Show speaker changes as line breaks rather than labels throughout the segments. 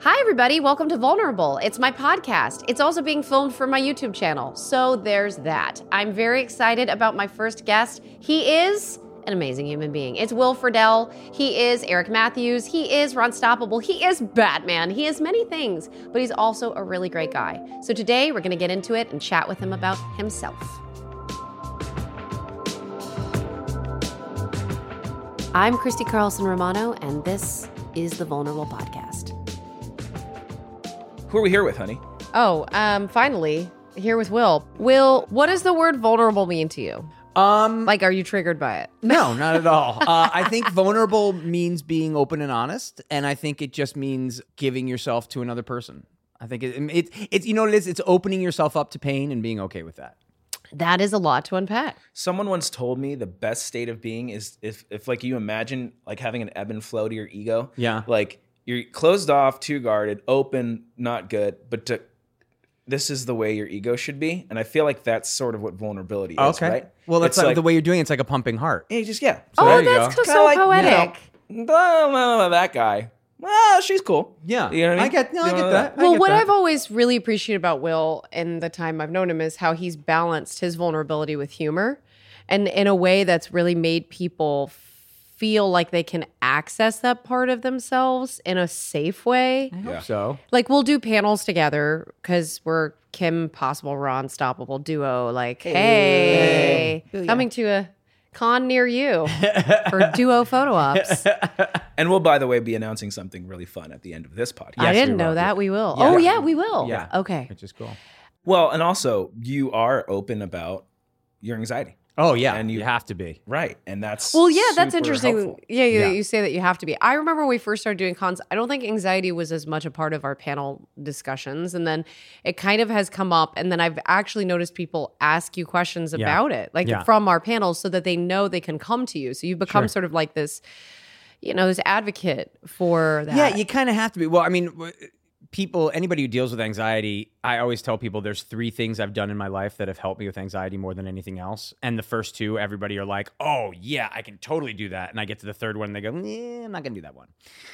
Hi, everybody. Welcome to Vulnerable. It's my podcast. It's also being filmed for my YouTube channel. So there's that. I'm very excited about my first guest. He is an amazing human being. It's Will Friedle. He is Eric Matthews. He is Ron Stoppable. He is Batman. He is many things, but he's also a really great guy. So today we're going to get into it and chat with him about himself. I'm Christy Carlson Romano, and this is the Vulnerable Podcast.
Who are we here with, honey?
Oh, um, finally, here with Will. Will, what does the word vulnerable mean to you?
Um,
Like, are you triggered by it?
no, not at all. Uh, I think vulnerable means being open and honest, and I think it just means giving yourself to another person. I think it, it, it's you know what it is. It's opening yourself up to pain and being okay with that.
That is a lot to unpack.
Someone once told me the best state of being is if, if like you imagine like having an ebb and flow to your ego.
Yeah.
Like you're closed off, too guarded, open, not good, but to, this is the way your ego should be. And I feel like that's sort of what vulnerability is, right?
Well, that's
It's
like, the way you're doing. it. It's like a pumping heart.
Yeah, you just, yeah.
So
oh,
there you
that's
go.
so
Kinda like, you know,
poetic.
blah, blah, blah, that guy. Well, she's cool.
Yeah,
You know what I mean?
get. No, I
You know
get
that.
that. I
well,
get
what
that.
I've always really appreciated about Will in the time I've known him is how he's balanced his vulnerability with humor and in a way that's really made people feel like they can access that part of themselves in a safe way.
Yeah.
so
Like we'll do panels together because we're Kim Possible, we're unstoppable duo. Like, hey, coming to a con near you for duo photo ops.
And we'll, by the way, be announcing something really fun at the end of this podcast.
I didn't know
will.
that. We will. Oh yeah, we will.
Yeah.
Okay.
which is cool.
Well, and also you are open about your anxiety.
Oh yeah,
And
and
you-
you have to be.
Right. And that's
Well, yeah, that's
super
interesting.
helpful.
Yeah, you,
Yeah.
you say that you have to be. I remember when we first started doing cons, I don't think anxiety was as much a part of our panel discussions. And then it kind of has come up. And then I've actually noticed people ask you questions about it, like
Yeah.
from our panels, so that they know they can come to you. So you've become sort of like this, you know, this advocate for that.
Yeah, you kind of have to be. Well, I mean, w- people, anybody who deals with anxiety, I always tell people there's three things I've done in my life that have helped me with anxiety more than anything else. And the first two, everybody are like, oh, yeah, I can totally do that. And I get to the third one and they go, "Nah, I'm not going to do that one.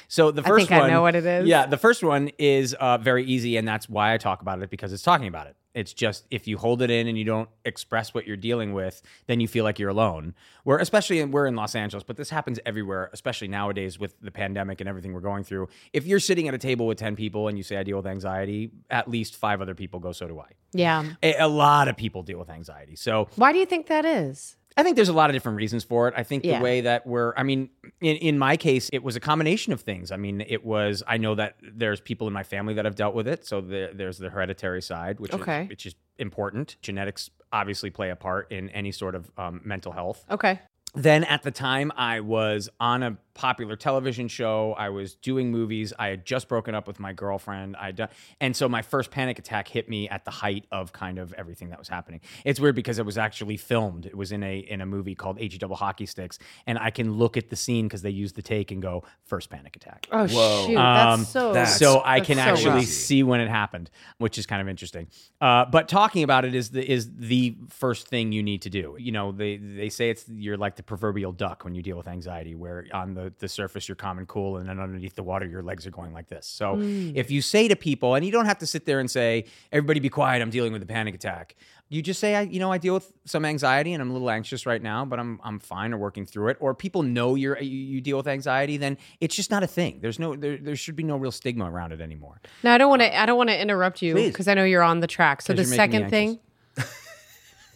So the
I
first
think I
one.
know what it is.
Yeah, the first one is uh, very easy. And that's why I talk about it because it's talking about it. It's just if you hold it in and you don't express what you're dealing with, then you feel like you're alone. We're especially in, we're in Los Angeles, but this happens everywhere, especially nowadays with the pandemic and everything we're going through. If you're sitting at a table with ten people and you say I deal with anxiety, at least five other people go, so do I.
Yeah.
A, a lot of people deal with anxiety, so
Why do you think that is?
I think there's a lot of different reasons for it. I think
Yeah.
the way that we're, I mean, in, in my case, it was a combination of things. I mean, it was, I know that there's people in my family that have dealt with it. So there, there's the hereditary side, which,
Okay.
is, which is important. Genetics obviously play a part in any sort of um, mental health
Okay.
then at the time I was on a popular television show. I was doing movies. I had just broken up with my girlfriend. I had done, and so my first panic attack hit me at the height of kind of everything that was happening. It's weird because it was actually filmed. It was in a in a movie called H E Double Hockey Sticks, and I can look at the scene because they used the take and go first panic attack.
Oh,
Whoa.
shoot.
Um,
That's so.
that's-
so I can
so
actually
rough.
see when it happened, which is kind of interesting. Uh, but talking about it is the is the first thing you need to do. You know, they they say it's you're like the proverbial duck when you deal with anxiety, where on the the surface you're calm and cool, and then underneath the water your legs are going like this. So if you say to people, and you don't have to sit there and say, "Everybody be quiet, I'm dealing with a panic attack." You just say, I, you know, I deal with some anxiety and I'm a little anxious right now, but I'm I'm fine or working through it. Or people know you're you, you deal with anxiety, then it's just not a thing. There's no there, there should be no real stigma around it anymore.
No, I don't want to. I don't want to interrupt you
Please.
because I know you're on the track. So the
'Cause you're making
second
me
thing.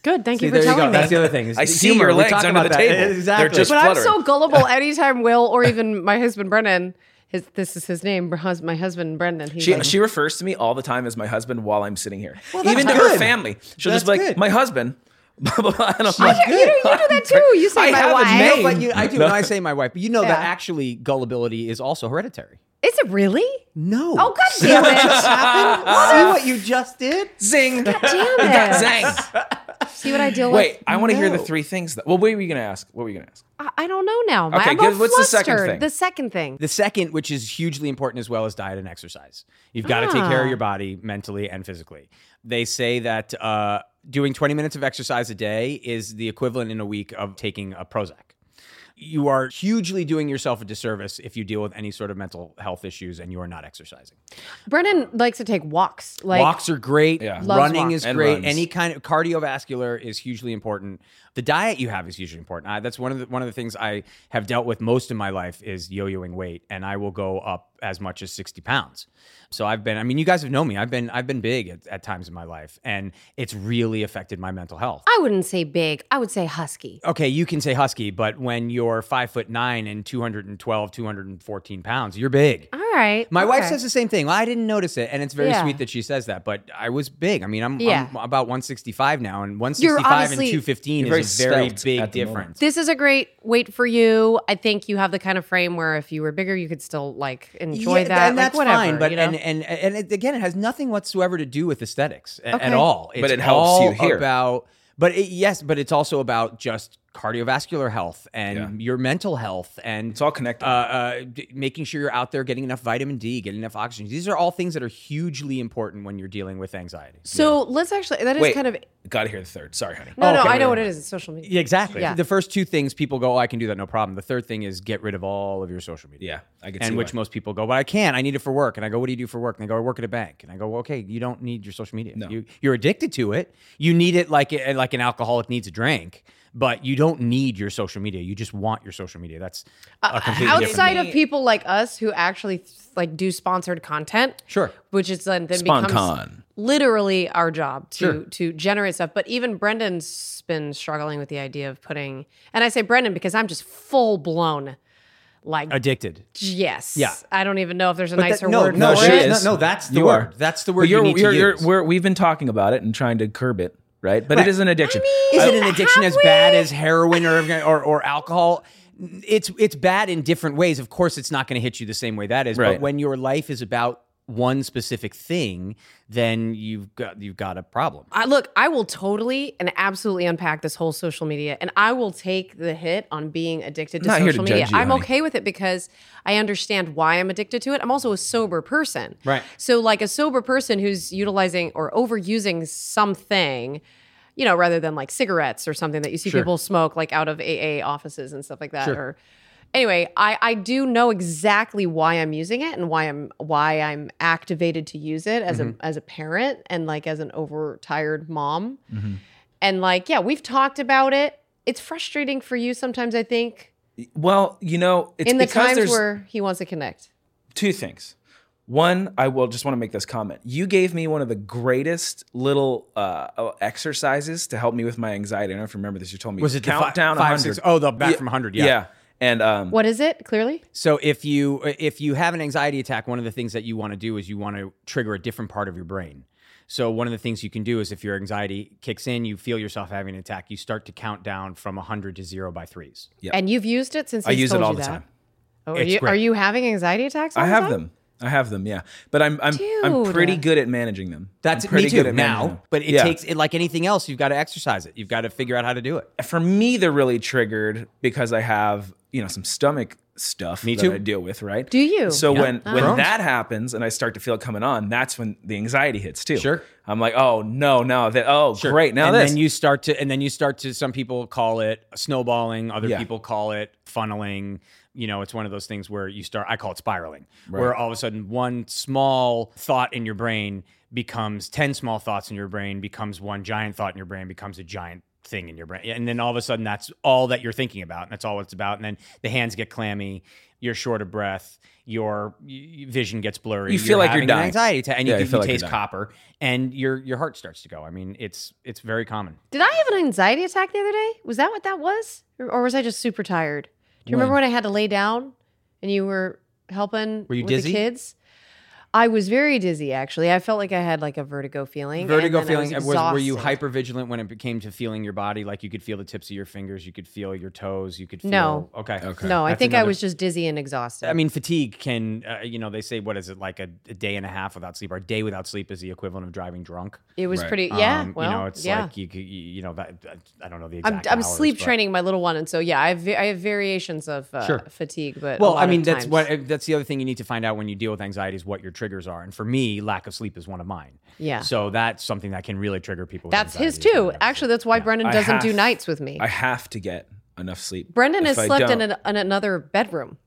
Good, thank
See,
you for
there you
telling
go.
me.
That's the other thing. is
I
the
see
humor.
your
We
legs
talked
under the
about that.
table.
Exactly.
They're just
but I'm so
fluttering.
gullible. Anytime Will or even my husband Brennan, his this is his name. hus- My husband Brendan. He's
She,
like,
she refers to me all the time as my husband while I'm sitting here.
that's
Even to her
good.
family. She'll just
That's
be like,
good.
my husband. Blah, blah, blah. And I'm like,
Oh, you, do, you do that too. You say
I
my
have a
wife.
name.
but you, I do. No. I say my wife, but you know
Yeah.
that actually gullibility is also hereditary.
Is it really?
No.
Oh, god damn
What just
it.
happened? See what you just did?
Zing.
Damn it.
Zang.
See what I deal
Wait,
with?
I want to hear the
No.
three things. That, well, what were you going to ask? What were you going to ask?
I, I don't know now. My-
Okay,
I'm all
give- what's the second
flustered.
thing?
The second thing.
The second, which is hugely important as well, is diet and exercise. You've got to take care
Ah.
of your body mentally and physically. They say that uh, doing 20 minutes of exercise a day is the equivalent in a week of taking a Prozac. You are hugely doing yourself a disservice if you deal with any sort of mental health issues and you are not exercising.
Brennan likes to take walks. Like
Walks are great.
Yeah.
Loves
Running
walks.
is
And
great.
runs.
Any kind of cardiovascular is hugely important. The diet you have is hugely important. I, that's one of the one of the things I have dealt with most in my life is yo-yoing weight, and I will go up as much as sixty pounds. So I've been. I mean, you guys have known me. I've been. I've been big at, at times in my life, and it's really affected my mental health.
I wouldn't say big. I would say husky.
Okay, you can say husky, but when you're five foot nine and 212, 214 pounds, you're big.
All right.
My wife
okay.
says the same thing. Well, I didn't notice it, and it's very
Yeah.
sweet that she says that. But I was big. I mean, I'm,
Yeah.
I'm about 165 now, and
You're
165 and
obviously-
215
You're
is
very
a very
svelte
big
at the moment.
difference.
this is a great wait for you. I think you have the kind of frame where if you were bigger, you could still like enjoy
Yeah,
that.
and
like,
that's
whatever,
fine. But
you know?
and and and it, again, it has nothing whatsoever to do with aesthetics a-
Okay.
at all.
But
It's
it helps you
all
here.
About but it, yes, but it's also about just cardiovascular health and
Yeah.
your mental health and
It's all connected.
uh, uh, d- making sure you're out there getting enough vitamin D, getting enough oxygen. These are all things that are hugely important when you're dealing with anxiety.
so let's actually that is
Wait.
kind of
Got to hear the third. Sorry, honey.
no
Oh,
no
okay,
I know
wait,
what
wait.
it is. It's social media.
Yeah, exactly.
Yeah.
The first two things people go, oh, I can do that, no problem. The third thing is get rid of all of your social media.
Yeah, I can see
And which
why.
most people go, but I can't. I need it for work. And I go, what do you do for work? And they go, I work at a bank. And I go, well, okay, you don't need your social media.
No.
You, you're addicted to it. You need it like eh, like an alcoholic needs a drink, but you don't need your social media. You just want your social media. That's a completely different
Outside of people like us who actually like do sponsored content,
Sure.
which is then, then
Spawn
becomes
con.
literally our job to
Sure.
to generate stuff. But even Brendan's been struggling with the idea of putting, and I say Brendan because I'm just full blown, like
addicted.
yes,
Yeah.
I don't even know if there's a
that-
nicer
no,
word.
no,
for
she
it.
is. No, no, that's the
You
word.
are.
That's the word
But you're,
you need to
you're- you're-
use.
We're, we've been talking about it and trying to curb it, right? But
Right.
it is an addiction.
is it an addiction as bad as heroin or, or or alcohol? It's it's bad in different ways. Of course, it's not going to hit you the same way that is. But
Right.
when your life is about one specific thing, then you've got you've got a problem.
I, look, I will totally and absolutely unpack this whole social media, and I will take the hit on being addicted to
Not
social
here to
media.
judge you,
I'm
honey.
okay with it because I understand why I'm addicted to it. I'm also a sober person,
Right.
So, like a sober person who's utilizing or overusing something. You know, rather than like cigarettes or something that you see people smoke like out of AA offices and stuff like that, or anyway I, I do know exactly why i'm using it and why i'm why i'm activated to use it as a as a parent and like as an overtired mom and like yeah we've talked about it it's frustrating for you sometimes i think
Well, you know, it's
in the
because
times
there's
where he wants to connect
two things. One, I will just want to make this comment. You gave me one of the greatest little uh, exercises to help me with my anxiety. I don't know if you remember this. You told me
Was it the fi-
countdown
five,
100.
six- oh, the back from 100, yeah.
yeah. And um,
what is it clearly
So if you if you have an anxiety attack, one of the things that you want to do is you want to trigger a different part of your brain. So one of the things you can do is if your anxiety kicks in, you feel yourself having an attack, you start to count down from 100 to 0 by 3s.
Yep.
and you've used it since
I
he's
use it
told
all
you
the
that.
time.
Oh, are,
It's
you,
great.
are you having anxiety attacks all
I
the
have
time?
them. I have them, yeah. But I'm I'm I'm
Dude.
pretty good at managing them.
That's
I'm
me
pretty
too
managing
now,
them.
but it
Yeah.
takes it like anything else. You've got to exercise it. You've got to figure out how to do it.
for me they're really triggered because I have, you know, some stomach stuff
Me
that
too.
I deal with, right?
do you
So
Yeah.
when when
Crohn's.
that happens and I start to feel it coming on, that's when the anxiety hits too.
Sure.
I'm like, "Oh, no, no. That oh, great. Now
and
this."
then you start to and then you start to some people call it snowballing other
Yeah.
people call it funneling you know it's one of those things where you start i call it spiraling where
Right.
all of a sudden one small thought in your brain becomes 10 small thoughts in your brain becomes one giant thought in your brain becomes a giant thing in your brain and then all of a sudden that's all that you're thinking about and that's all it's about and then the hands get clammy you're short of breath your y- vision gets blurry
You feel like you're
having an
dying.
anxiety attack and you,
Yeah, you
get- you
feel like you're
taste
dying.
copper and your your heart starts to go i mean it's it's very common
Did I have an anxiety attack the other day? Was that what that was? Or, or was I just super tired? Do you remember when I had to lay down and you were helping
Were you
with
dizzy?
the kids? I was very dizzy actually. I felt like I had like a vertigo feeling. and
Vertigo
then I
feeling.
was
Was, were you
exhausted.
hyper vigilant when it came to feeling your body? Like you could feel the tips of your fingers, you could feel your toes, you could feel.
No.
Okay.
Okay.
No, I
That's
think I
another-
was just dizzy and exhausted.
I mean, fatigue can, uh, you know, they say, what is it, like a, a day and a half without sleep, or a day without sleep is the equivalent of driving drunk.
it was
Right.
pretty. Yeah,
Um,
well,
you know, it's
yeah.
like you, could- you, you know, that, that- I don't know the
I'm,
exact.
I'm
hours,
sleep
but-
training my little one, and so yeah, I have va- I have variations of uh,
Sure.
fatigue, but a
Well,
lot
I
of
mean, that's
times-
what uh, that's the other thing you need to find out when you deal with anxiety is what your triggers are. And for me, lack of sleep is one of mine.
Yeah.
So that's something that can really trigger people. with
That's his
anxiety, is
too.
when I-
Actually, that's why Brendan
I
doesn't do
have-
nights with me.
I have to get enough sleep.
Brendan
If
has
I
slept in,
don't-
an, in another bedroom.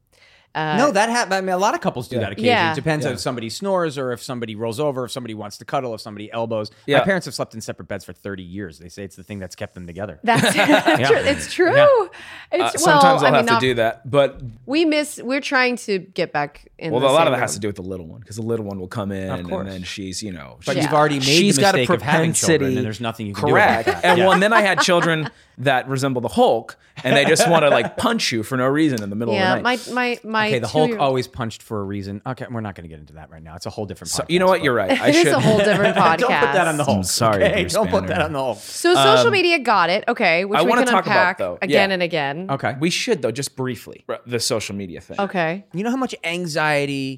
Uh,
no, that happens. I mean, a lot of couples do that occasionally.
Yeah.
It depends
Yeah.
if somebody snores or if somebody rolls over, if somebody wants to cuddle, if somebody elbows.
Yeah.
My parents have slept in separate beds for 30 years. They say it's the thing that's kept them together.
That's
Yeah.
it's true.
Yeah.
Uh,
It's well,
sometimes I'll
I mean,
have
not,
to do that, but
We miss. We're trying to get back in.
well,
the
a lot
same
of that
room.
has to do with the little one because the little one will come in
Of
and
course.
then she's you know
But
she-
you've already made
she's
the
got a
mistake of having children,
propensity-
and there's nothing you can
correct.
do about that.
And
Yeah.
well, and then I had children that resemble the Hulk, and they just want to like punch you for no reason in the middle
Yeah,
of the night.
my my my.
okay, the Hulk
two-year-
oh,
always punched for a reason. Okay, we're not going to get into that right now. It's a whole different.
So-
podcast,
you know what?
but-
You're right. I
It
should
is a whole different podcast.
Don't put that on the Hulk.
sorry,
Okay,
Bruce
don't put
Banner.
that on the Hulk.
So social media got it. Okay, which
Um, I
we
wanna
can
talk about,
unpack
though.
again
Yeah.
and again.
Okay.
We should though, just briefly, the social media thing.
Okay.
you know how much anxiety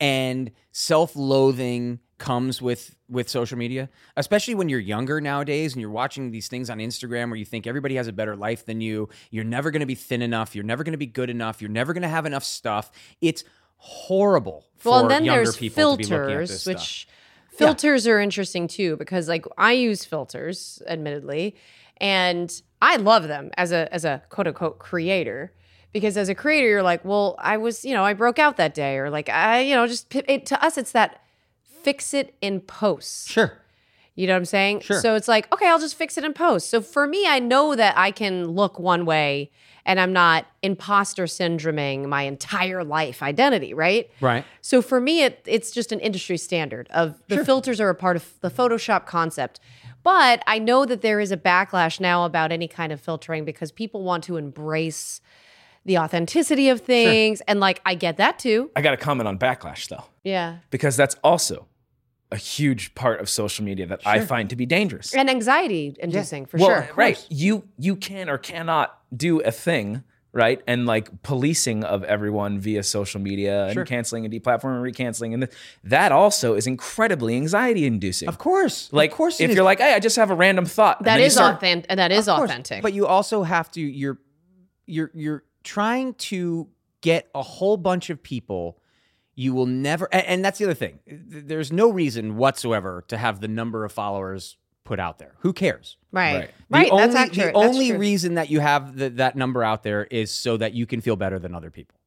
and self-loathing comes with with social media especially when you're younger nowadays and you're watching these things on instagram where you think everybody has a better life than you you're never going to be thin enough you're never going to be good enough you're never going to have enough stuff it's horrible for
Well, and then
younger
there's
people to be looking at
filters,
this stuff
which filters are interesting too because like I use filters, admittedly, and I love them as a as a quote unquote creator because as a creator you're like, well, I was you know I broke out that day or like I you know just it, to us it's that fix it in post.
sure
You know what I'm saying?
Sure.
So it's like, okay, I'll just fix it in post. So for me, I know that I can look one way and I'm not imposter syndroming my entire life identity, right?
right
So for me, it it's just an industry standard of the filters are a part of the Photoshop concept. But I know that there is a backlash now about any kind of filtering because people want to embrace the authenticity of things. And like I get that too.
I got to comment on backlash though,
Yeah.
because that's also a huge part of social media that I find to be dangerous.
And anxiety inducing for
well,
sure. Of
right?
course.
You you can or cannot do a thing, right? And like policing of everyone via social media and canceling and deplatforming and recanceling, and th- that also is incredibly anxiety inducing.
of course
Like,
of course it
if
is.
you're like, hey, I just have a random thought, and
That
then you
is
start-
authentic. That is
Of course,
authentic.
But you also have to you're you're you're trying to get a whole bunch of people you will never and, and that's the other thing. Th- There's no reason whatsoever to have the number of followers put out there. Who cares?
right, right.
The only,
that's accurate.
The
That's
only
true.
reason that you have the, that number out there is so that you can feel better than other people.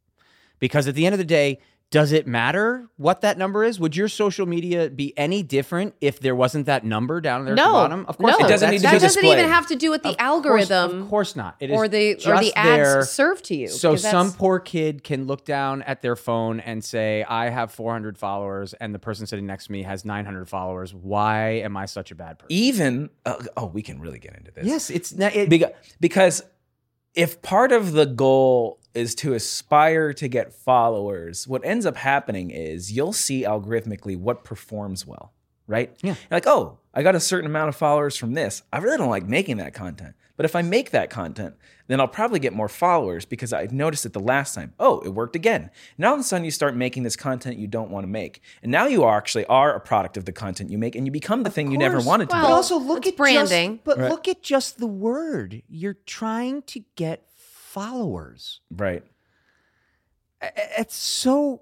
Because at the end of the day, does it matter what that number is? Would your social media be any different if there wasn't that number down there at
no,
the bottom? Of course,
no,
it doesn't
That
need to
that
be
doesn't
displayed.
even have to do with the
Of course-
algorithm.
of course not. It is
or the or
just
the ads
there
served to you.
So
'cause that's-
some poor kid can look down at their phone and say, "I have 400 followers," and the person sitting next to me has 900 followers. Why am I such a bad person?
even uh, oh, we can really get into this.
Yes, it's not. It,
Beca- because if part of the goal is to aspire to get followers, what ends up happening is you'll see algorithmically what performs well, right?
Yeah.
You're like, oh, I got a certain amount of followers from this. I really don't like making that content. But if I make that content, then I'll probably get more followers because I noticed it the last time. Oh, it worked again. Now all of a sudden you start making this content you don't want to make. And now you are actually are a product of the content you make and you become the thing you never wanted to
Well,
be.
But also look
it's
at
branding.
Just, but
Right.
look at just the word. You're trying to get followers.
Right.
I- I- It's so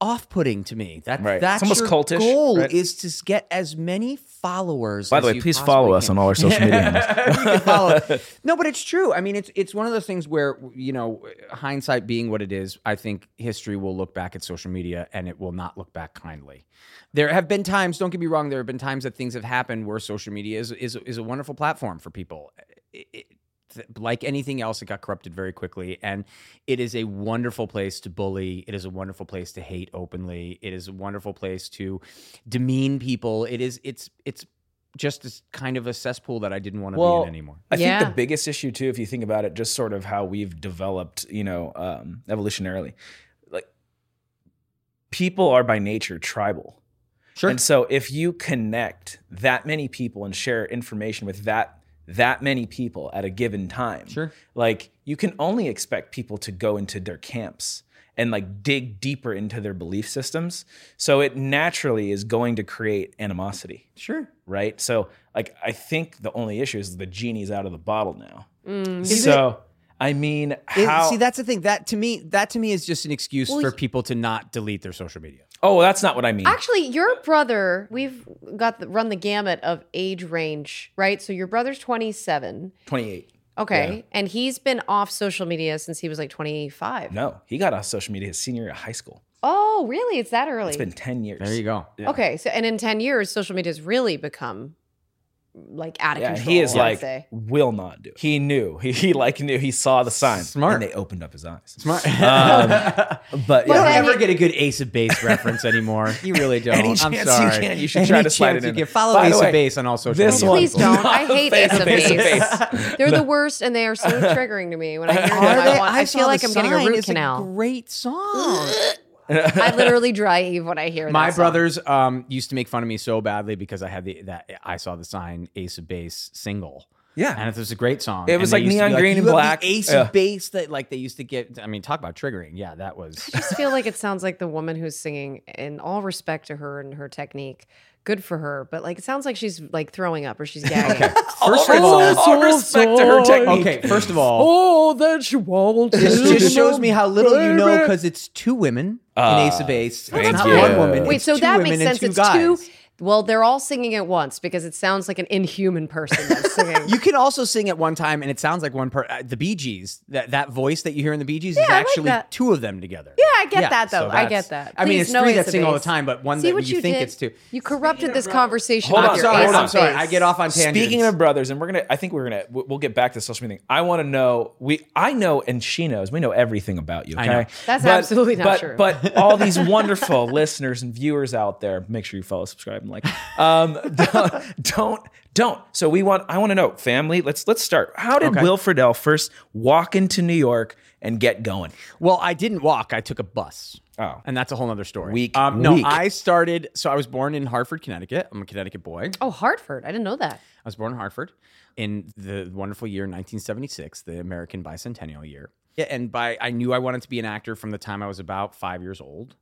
off-putting to me. That
Right. It's
that's
almost
your
cultish,
goal
right?
is to s- get as many followers.
By the
as
way,
you
please
possibly
follow us
can.
on all our social media handles.
You can follow- No, but it's true. I mean, it's it's one of those things where you know, hindsight being what it is, I think history will look back at social media and it will not look back kindly. There have been times. Don't get me wrong. There have been times that things have happened where social media is is is a wonderful platform for people. It- it- th- like anything else, it got corrupted very quickly, and it is a wonderful place to bully. It is a wonderful place to hate openly. It is a wonderful place to demean people. It is. It's. It's just this kind of a cesspool that I didn't want to be
Well,
in anymore.
I
Yeah.
think the biggest issue too, if you think about it, just sort of how we've developed, you know, um, evolutionarily, like people are by nature tribal.
Sure.
And so if you connect that many people and share information with that that many people at a given time,
Sure.
like you can only expect people to go into their camps and like dig deeper into their belief systems. So it naturally is going to create animosity,
Sure.
right? So like I think the only issue is the genie's out of the bottle now.
Mm.
Is
so I mean,
It-
how?
see, that's the thing. That to me, that to me is just an excuse
Well,
for
y-
people to not delete their social media.
oh, that's not what I mean.
Actually, your brother, we've got the, run the gamut of age range, right? So your brother's 27.
Twenty-eight.
Okay. And he's been off social media since he was like 25.
No, he got off social media his senior year of high school.
Oh, really? It's that early.
It's been ten years.
There you go.
yeah.
Okay. So, and in 10 years, social media's really become like out of
Yeah,
control.
he is
I would
like
say.
will not do. It. He knew. He, he like knew. He saw the signs. And
Smart.
they opened up his eyes.
Smart.
Um, But
you
Well,
yeah,
don't
then
ever
he-
get a good Ace of Base reference anymore. You really don't.
Any
I'm
chance
sorry.
you can, you should try
Any
to slide
chance
it
you
in.
can. Follow
By the
Ace
way,
of Base on all social
this
media.
one.
Please don't. I hate Ace of
Face to
Base.
face.
They're the worst, and they are so triggering to me when I hear them.
Are
I,
they?
want, I,
saw
feel like
the
I'm getting a
sign.
root
It's
canal.
great song.
I literally drive when I hear
My
that song.
brothers um, used to make fun of me so badly because I had the that I saw the sign Ace of Base single.
yeah.
And it was a great song.
It
And
was
they
like
used to be
neon green
"You
and
have the
black."
Ace
Yeah.
of Base that like they used to get. I mean, talk about triggering. Yeah, that was.
I just feel like it sounds like the woman who's singing in all respect to her and her technique good for her but like it sounds like she's like throwing up or she's gagging
all,
First of all-
res- all respect to her technique.
Okay, first of all,
Oh, that you want.
this
to
just shows
know,
me how little you know
baby.
because it's two women
Uh,
in Ace of Base.
Well,
It's
that's
not
good.
one woman.
wait
it's
so
two
that
women
makes
and
sense
two
it's
guys.
two well they're all singing at once because it sounds like an inhuman person that's singing
You can also sing at one time, and it sounds like one per uh, the Bee Gees. That that voice that you hear in the Bee Gees is
I like
actually
that.
two of them together.
yeah i get that
so
though i
that's-
get that
I mean,
Please,
it's
no
three
Ace
that
of
sing all the
Base.
time, but one
see
that
what
you, think
did?
it's two.
you corrupted this conversation
Hold
with
on,
your
sorry,
Ace
hold
of
on,
sorry. I
Base.
get off on tangents.
Speaking of brothers, and we're gonna. I think we're gonna. We'll we'll get back to social media. thing. I want to know. We. I know, and she knows. We know everything about you. Okay.
I know.
That's absolutely not
but-
true.
But all these wonderful listeners and viewers out there, make sure you follow, subscribe, and like. Um, don't, don't, don't. So we want. I want to know, family. Let's let's start. How did Will Friedle first walk into New York and get going?
Well, I didn't walk. I took a bus.
Oh.
and that's a whole other story.
Weak,
Um, no,
weak.
I started. So I was born in Hartford, Connecticut. I'm a Connecticut boy.
oh hartford i didn't know that
I was born in Hartford in the wonderful year 1976, the American bicentennial year. Yeah, and by I knew I wanted to be an actor from the time I was about five years old.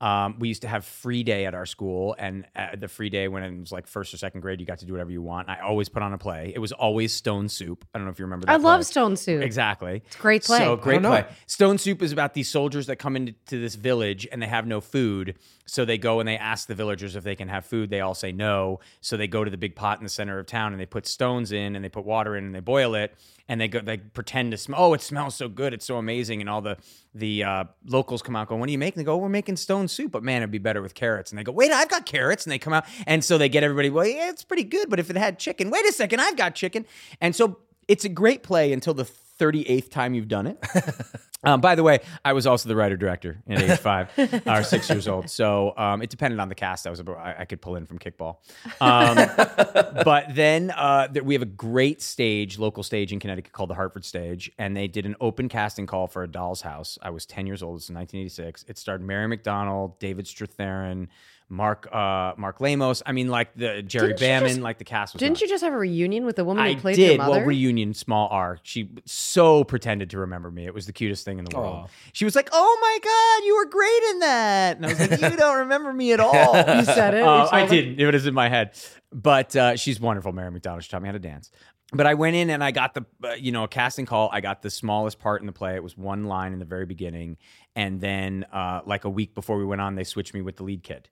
Um, we used to have free day at our school, and uh, the free day when it was like first or second grade, you got to do whatever you want. I always put on a play. It was always Stone Soup. I don't know if you remember. that
i love
play.
stone soup
Exactly. It's
a great play. I
So
don't
great
know
play.
it.
Stone Soup is about these soldiers that come into to this village and they have no food. So they go and they ask the villagers if they can have food. They all say no. So they go to the big pot in the center of town and they put stones in and they put water in and they boil it and they go they pretend to smell oh it smells so good it's so amazing and all the the uh, locals come out going what are you making they go "Oh, we're making stone soup but man it'd be better with carrots and they go wait I've got carrots and they come out and so they get everybody well yeah it's pretty good but if it had chicken wait a second I've got chicken and so it's a great play until the 38th time you've done it. Um, by the way, I was also the writer director at age five or six years old. So um, it depended on the cast. I was about, I, I could pull in from kickball. Um, but then uh, there, we have a great stage, local stage in Connecticut called the Hartford Stage, and they did an open casting call for A Doll's House. I was ten years old. It's 1986. It starred Mary McDonald, David Strathairn, Mark uh, Mark Lamos. I mean, like the Jerry
Didn't you
Bamman.
just-
like the cast was nuts.
didn't you just have a reunion with the woman
I
who played
did.
your mother
Well, reunion, small R. She so pretended to remember me. It was the cutest thing in the world.
Aw.
She was like, "Oh my god, you were great in that," and I was like, "You don't remember me at all."
you said it you
Uh,
told
I
her?
didn't. It was in my head. But uh, she's wonderful, Mary McDonald. She taught me how to dance. But I went in and I got the, uh, you know, a casting call. I got the smallest part in the play. It was one line in the very beginning. And then, uh, like a week before we went on, they switched me with the lead kid.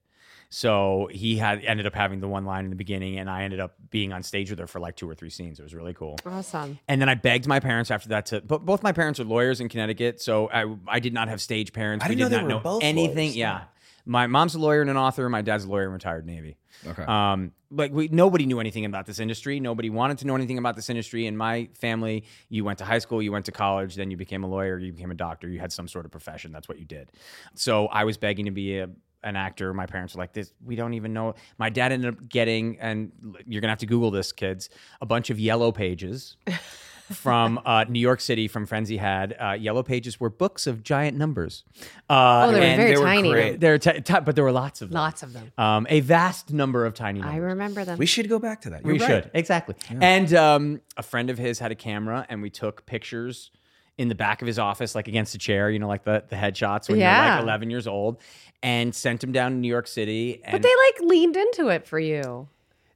So he had ended up having the one line in the beginning, and I ended up being on stage with her for like two or three scenes. It was really cool.
awesome
And then I begged my parents after that to, but both my parents are lawyers in Connecticut, so I I did not have stage parents.
I
we
didn't
did
know they
not
were
know
both
anything.
lawyers.
Yeah, my mom's a lawyer and an author. My dad's a lawyer and retired Navy.
Okay.
Um, like we nobody knew anything about this industry. Nobody wanted to know anything about this industry. In my family, you went to high school, you went to college, then you became a lawyer, you became a doctor, you had some sort of profession. That's what you did. So I was begging to be a an actor. My parents were like, "This, we don't even know." My dad ended up getting, and you're gonna have to Google this, kids, a bunch of yellow pages from uh, New York City from friends he had. Uh, yellow pages were books of giant numbers. Uh,
Oh, they were
and
very
they
tiny.
great. They were ti- ti- but there were lots of them.
Lots of them.
Um, a vast number of tiny numbers.
I remember them.
We should go back to that.
We
You're right.
should exactly. And um, a friend of his had a camera, and we took pictures in the back of his office, like against a chair. You know, like the the headshots when you're
Yeah.
like 11 years old, and sent him down to New York City. And
but they like leaned into it for you.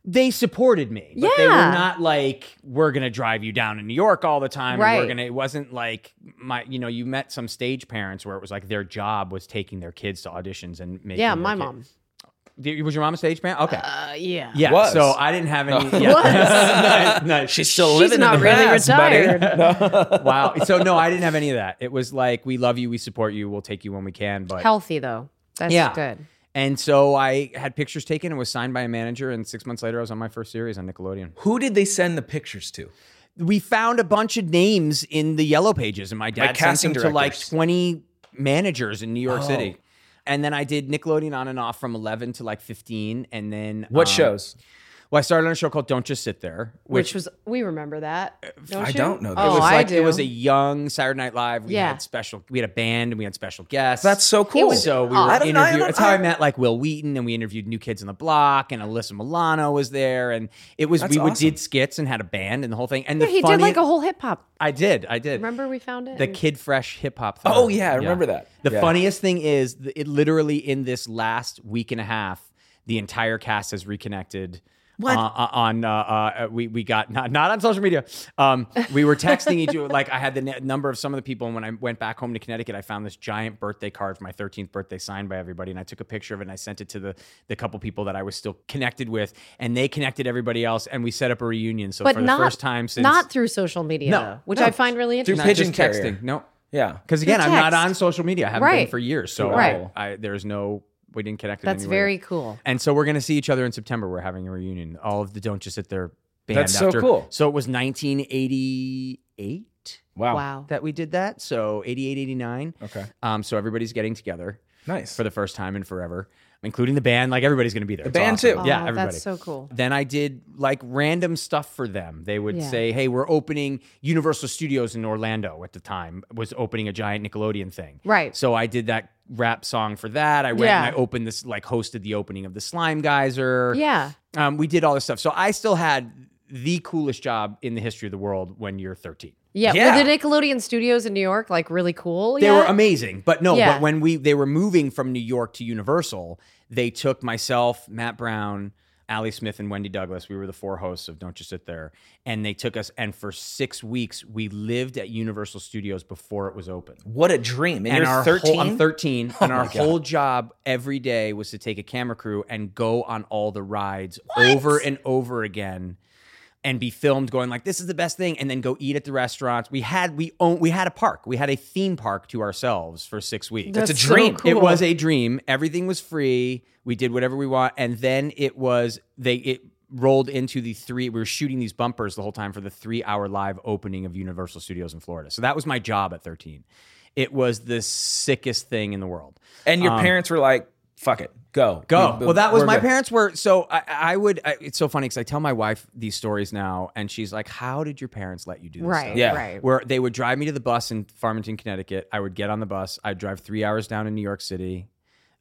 they supported me. But they were
Yeah.
not like, we're gonna drive you down to New York all the time. and We're
Right.
gonna it wasn't like my you know, you met some stage parents where it was like their job was taking their kids to auditions and making
Yeah,
their
my
kid-
mom.
Did- was your mom a stage parent? Okay.
Uh, yeah.
yeah.
Was.
So I didn't have any yeah.
Was.
No, no,
She's still
She's
living
not
in the
really
past,
retired.
Buddy.
wow. So no, I didn't have any of that. It was like we love you, we support you, we'll take you when we can. But
Healthy though. That's
Yeah.
good.
and so I had pictures taken and was signed by a manager, and six months later I was on my first series on Nickelodeon.
Who did they send the pictures to?
we found a bunch of names in the yellow pages, and my dad sent
casting
them to like
directors.
20 managers in New York
Oh.
City. And then I did Nickelodeon on and off from 11 to like 15. And then
What
um,
shows?
Well, I started on a show called Don't Just Sit There,
Which,
which, Uh,
was we remember that. Don't
I
you?
don't know
Oh,
this.
was
I
like
do.
it was a young Saturday Night Live. We
Yeah.
had special, we had a band and we had special guests.
That's so cool.
was-
So we
Oh,
were
I don't know, I
interviewed.
don't-
That's how I
I-
met like Will Wheaton, and we interviewed New Kids on the Block, and Alyssa Milano was there, and it was
That's
we would
awesome.
did skits and had a band and the whole thing. And
Yeah,
the
he
funny,
did like a whole hip hop.
I did, I did.
Remember we found it.
the
and-
Kid Fresh hip hop.
Oh,
thing.
yeah, I remember that.
The
Yeah.
funniest thing is, th- it literally in this last week and a half, the entire cast has reconnected. What on uh, uh, we we got not not on social media. Um, we were texting each other. Like I had the n- number of some of the people, and when I went back home to Connecticut, I found this giant birthday card for my 13th birthday signed by everybody, and I took a picture of it and I sent it to the the couple people that I was still connected with, and they connected everybody else, and we set up a reunion. So
but
for
not
the first time since
not through social media,
No,
though, which
no.
I find really
Through
interesting.
not
pigeon
just
carrier.
texting, no,
Yeah.
because again, I'm not
text.
on social media. I haven't been
Right.
for years, so
Right.
I, I, there's no we didn't connect. in
That's
any way.
very cool.
And so we're gonna see each other in September. We're having a reunion. All of the don't just sit there. Band
That's so
after.
cool.
So it was 1988
Wow.
Wow.
that we did that. So 88, 89.
Okay.
Um, so everybody's getting together
Nice.
for the first time in forever, including the band. Like everybody's gonna be there.
The
It's
band,
awesome.
too.
Yeah,
Aw,
everybody
That's so cool.
then I did like random stuff for them. They would
Yeah.
say, "Hey, we're opening Universal Studios in Orlando at the time was opening a giant Nickelodeon thing."
Right.
So I did that rap song for that. I went
Yeah.
and I opened this like hosted the opening of the Slime Geyser.
Yeah.
Um, we did all this stuff. So I still had the coolest job in the history of the world when you're 13.
Yeah.
Yeah.
Were the Nickelodeon studios in New York like really cool?
They
yet?
were amazing, but no,
Yeah.
but when we they were moving from New York to Universal, they took myself, Matt Brown, Allie Smith, and Wendy Douglas. We were the four hosts of Don't Just Sit There, and they took us. And for six weeks, we lived at Universal Studios before it was open.
what a dream. And,
And
you're
our
13.
whole, I'm 13, and our
my God.
whole job every day was to take a camera crew and go on all the rides over and over again. And be filmed going like this is the best thing, and then go eat at the restaurants. We had we own we had a park, we had a theme park to ourselves for six weeks.
That's a dream.
So cool.
It was a dream. Everything was free. We did whatever we want, and then it was they it rolled into the three. We were shooting these bumpers the whole time for the three-hour live opening of Universal Studios in Florida. So that was my job at 13. It was the sickest thing in the world.
and your
Um,
parents were like, fuck it, go.
Go.
We-
well, that was
we're
my
good.
parents were so I, I would. I, it's so funny because I tell my wife these stories now, and she's like, "How did your parents let you do this?"
Right.
stuff?"
Yeah.
Right.
where they would drive me to the bus in Farmington, Connecticut. I would get on the bus. I'd drive three hours down in New York City.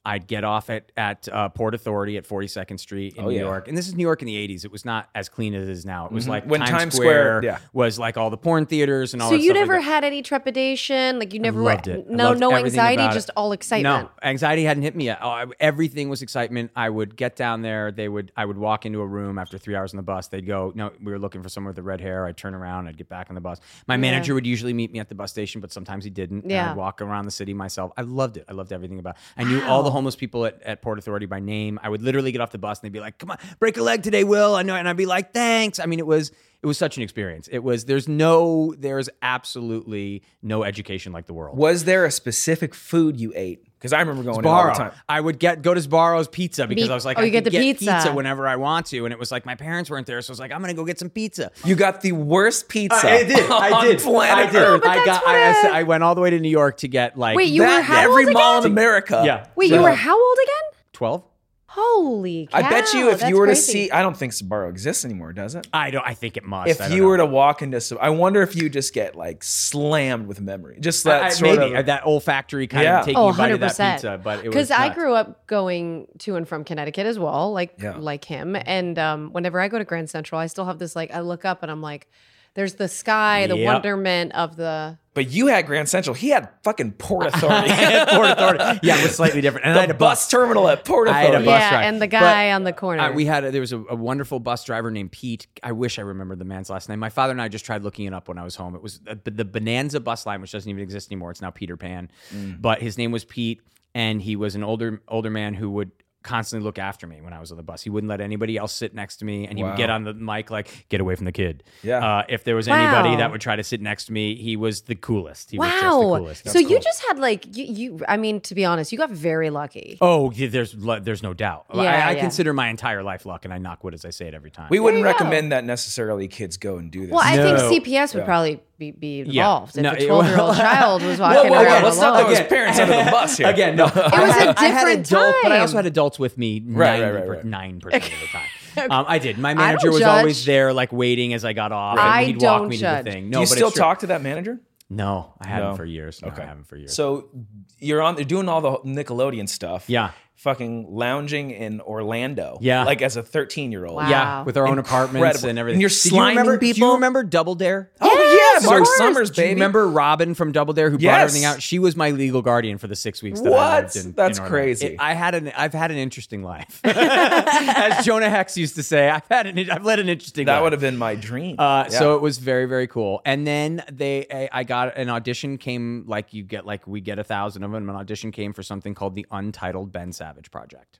I'd get off at at uh, Port Authority at 42nd Street in
Oh,
New
yeah.
York, and this is New York in the 80s. It was not as clean as it is now. It was
Mhm.
like
When
Times,
Times
Square,
Square- yeah.
was like all the porn theaters and all.
So
that
you
stuff like
never
that.
had any trepidation, like you never
loved
were
it. I
no
loved
no
everything
anxiety,
about it.
just all excitement.
No, anxiety hadn't hit me yet. Oh, I, everything was excitement. I would get down there. They would. I would walk into a room after three hours on the bus. They'd go. No, we were looking for someone with the red hair. I'd turn around. I'd get back on the bus. My manager would usually meet me at the bus station, but sometimes he didn't. and
Yeah.
I'd walk around the city myself. I loved it. I loved everything about. It. I knew all the homeless people at, at Port Authority by name. I would literally get off the bus and they'd be like, "Come on, break a leg today, Will." I know, and I'd be like, "Thanks." I mean, it was. It was such an experience. It was. There's no. There's absolutely no education like the world.
Was there a specific food you ate? Because I remember going in all the
Sbarro.
time.
I would get go to Sbarro's Pizza because
Be-
I was like,
oh,
I
you get
could
the
get
pizza.
whenever I want to, and it was like my parents weren't there, so I was like, I'm gonna go get some pizza.
You got the worst pizza. on planet
I did.
Earth.
I got.
that's
I, I,
what
said-
I-
I went all the way to New York to get like
Wait, you
That-
were how
every
old
mall
again?
in America.
Yeah.
Wait, you were how old again?
twelve.
Holy cow.
I bet you if
that's
you were to
crazy.
see, I don't think Sbarro exists anymore, does it?
I don't. I think it must. I
If
don't
you
know.
were to walk into, Sab- I wonder if you just get like slammed with memory, just that
I- I-
sort
maybe uh,
of.
that olfactory kind
Yeah.
of taking
Oh,
a bite of that
100%.
pizza, but it was
because I
nuts.
grew up going to and from Connecticut as well, like
Yeah.
like him. And um, whenever I go to Grand Central, I still have this like I look up and I'm like, there's the sky, the
Yep.
wonderment of the.
But you had Grand Central. He had fucking Port Authority.
And Port Authority. Yeah, it was slightly different. And I had
the
a
bus terminal at Port
I had a
Authority.
bus
yeah,
ride.
and the
But,
guy on the corner.
Uh, we had a, there was a, a wonderful bus driver named Pete. I wish I remembered the man's last name. My father and I just tried looking it up when I was home. It was uh, b- the Bonanza bus line, which doesn't even exist anymore. It's now Peter Pan,
Mm.
but his name was Pete, and he was an older older man who would constantly look after me when I was on the bus. He wouldn't let anybody else sit next to me, and he
Wow.
would get on the mic like, "Get away from the kid."
Yeah.
Uh, if there was anybody
Wow.
that would try to sit next to me, he was the coolest. He was just the
wow.
coolest.
So you just had like you, you. I mean, to be honest, you got very lucky.
Oh, yeah, there's lu- there's no doubt. I-
Yeah,
I,
yeah.
consider my entire life luck, and I knock wood as I say it every time.
We wouldn't
you go.
recommend that necessarily kids go and do this.
well, I
No.
think CPS would
Yeah.
probably be, be
Yeah.
involved
No,
if a
it-
12 year old
well-
child was
Whoa,
walking
whoa, whoa,
around
let's
alone.
not throw his parents under the bus here.
Again, no. It was
was a
I had
different
adult, but I also
time.
had adults with me
Right, right,
90
right, right.
per- 9% of the time. Um, I did. My manager
don't
was always
judge.
there, like waiting as I got off.
I
and he'd walk
don't
me
judge.
to the thing.
Do
No,
you
but
still
it's true.
talk to that manager?
No, I haven't
No.
for years. No,
Okay.
I haven't for years.
So you're on. They're doing all the Nickelodeon stuff.
Yeah.
Fucking lounging in Orlando.
Yeah.
Like as a 13 year old.
Wow.
yeah, with our own apartments
Incredible.
and everything.
And you're
Did you remember,
sliming
Do
people?
you remember Double Dare?
Oh yeah,
So
Mark
Mars-
Summers,
Do you
baby.
remember Robin from Double Dare who brought
Yes.
everything out? She was my legal guardian for the six weeks that I
What?
lived in.
That's
in Orlando.
crazy.
It- I had an I've had an interesting life, as Jonah Hex used to say. I've had an I've led an interesting.
That
life.
would have been my dream.
Uh,
Yeah.
So it was very very cool. And then they I, I got an audition came like you get like we get a thousand of them. An audition came for something called the Untitled Ben Savage Project,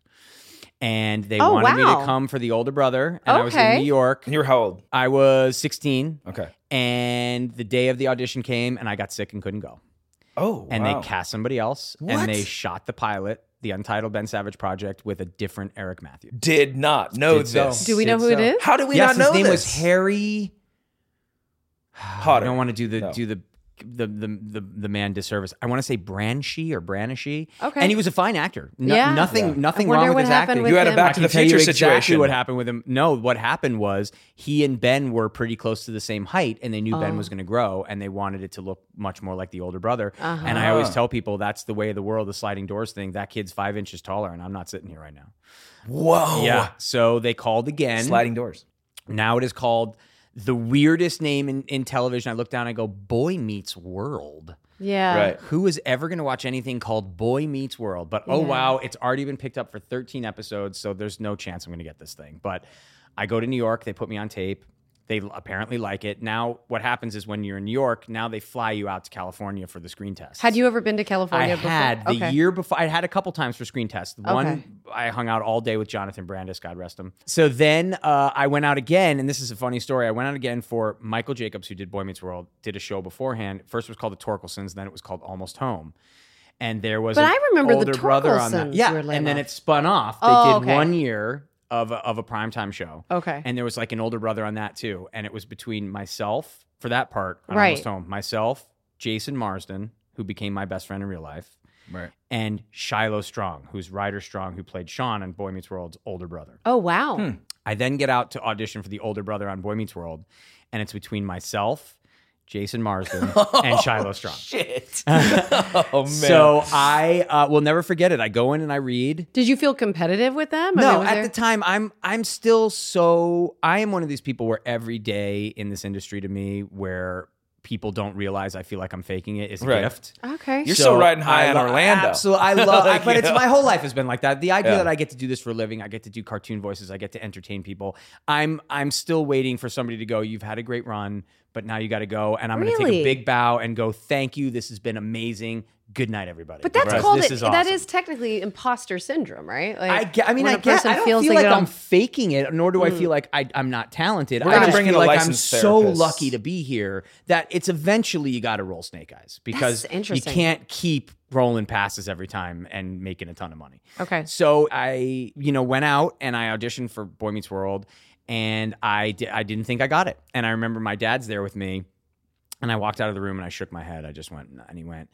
and they
Oh,
wanted me
wow.
to come for the older brother. And I was in
Okay.
New York.
you were how old?
I was sixteen
Okay.
and the day of the audition came and i got sick and couldn't go
Oh.
and
wow.
they cast somebody else
What?
and they shot the pilot the untitled ben savage project with a different eric matthews
did not know
Did so.
this.
Do we know who it is?
How did we
yes
not know
his name
this? Ah,
was harry
Potter.
i don't want to do the
No.
do the the, the the the man disservice. I want to say Branshy or Branishy.
Okay.
and he was a fine actor. No-
Yeah.
nothing
Yeah.
nothing
I wonder
wrong with
what
his
happened
acting.
with
You had a
him.
back to
I
the
can tell
future
you exactly
situation.
what happened with him. No, what happened was he and Ben were pretty close to the same height, and they knew
Oh.
Ben was going to grow, and they wanted it to look much more like the older brother.
Uh-huh.
And I always
Ah.
tell people that's the way of the world, the sliding doors thing. That kid's five inches taller, and I'm not sitting here right now.
Whoa.
Yeah. So they called again.
Sliding doors.
Now it is called the weirdest name in, in television. I look down, I go, Boy Meets World.
yeah.
Right.
Who is ever going to watch anything called Boy Meets World? But oh
Yeah.
wow, it's already been picked up for 13 episodes, so there's no chance I'm going to get this thing. But I go to New York, they put me on tape. They l- apparently like it. Now what happens is when you're in New York, now they fly you out to California for the screen test.
Had you ever been to
I
California before?
had the
Okay.
year before. I had a couple times for screen tests. One,
Okay.
I hung out all day with Jonathan Brandis, God rest him. So then uh, I went out again, and this is a funny story. I went out again for Michael Jacobs, who did Boy Meets World, did a show beforehand. First it was called The Torkelsons, then it was called Almost Home. And there was
But
an
I remember The
older brother
Torkelsons
on that. Yeah,
were
and
laid
then
off.
it spun off. They
Oh,
did
okay.
one year of a, of a primetime show.
Okay.
And there was like an older brother on that too. And it was between myself for that part, on
Right.
Almost Home, myself, Jason Marsden, who became my best friend in real life,
Right.
and Shiloh Strong, who's Ryder Strong, who played Sean on Boy Meets World's older brother.
oh wow.
Hmm.
I then get out to audition for the older brother on Boy Meets World, and it's between myself, Jason Marsden, and Shiloh Strong.
Shit. oh man.
So I uh, will never forget it. I go in and I read.
Did you feel competitive with them? I mean,
No,
was
at
there-
the time I'm I'm still so I am one of these people where every day in this industry to me where people don't realize I feel like I'm faking it is a
Right.
gift.
Okay.
You're still riding high on Orlando.
Absolutely, I love.
Like,
but it's
yeah.
my whole life has been like that. The idea
Yeah.
that I get to do this for a living, I get to do cartoon voices, I get to entertain people. I'm I'm still waiting for somebody to go. You've had a great run, but now you got to go. And I'm going to take
Really?
a big bow and go. Thank you. This has been amazing. Good night, everybody.
but that's
Because
called
this
it.
is
That
awesome.
is technically imposter syndrome, right? Like,
I, ge- I mean,
when
I
a
guess
person
I don't
feels
feel
like Hmm.
like,
they
I'm
don't-
faking it, nor do I feel like I, I'm not talented.
We're
I
gonna
just
bring in
feel
a
like I'm
licensed
so
therapist.
lucky to be here that it's eventually you got to roll snake eyes because you
interesting.
can't keep rolling passes every time and making a ton of money.
Okay.
So I, you know, went out and I auditioned for Boy Meets World, and I di- I didn't think I got it. And I remember my dad's there with me, and I walked out of the room and I shook my head. I just went and he went,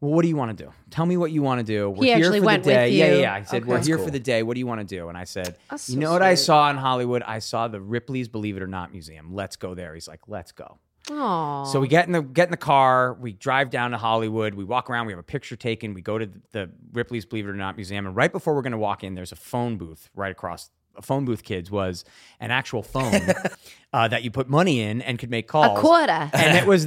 well, what do you want to do? Tell me what you want to do. We're
He
here
actually
for
went
the
with
day. Yeah,
you.
yeah, yeah. I said,
Okay.
we're
That's
here for
cool.
the day. What do you want to do? And I said,
That's
you
so
know what I
sweet.
saw in Hollywood? I saw the Ripley's Believe It or Not Museum. Let's go there. He's like, let's go.
Aww.
So we get in the get in the car, we drive down to Hollywood, we walk around, we have a picture taken, we go to the, the Ripley's Believe It or Not Museum, and right before we're gonna walk in, there's a phone booth right across. A phone booth, kids, was an actual phone uh, that you put money in and could make
a
calls.
quarter.
And it was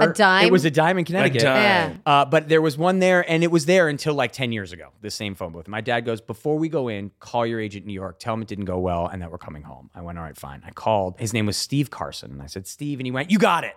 A dime?
It was a dime in Connecticut.
dime.
Yeah.
Uh, but there was one there, and it was there until like 10 years ago, the same phone booth. My dad goes, Before we go in, call your agent in New York, tell him it didn't go well, and that we're coming home. I went, All right, fine. I called. His name was Steve Carson. And I said, Steve. And he went, You got it.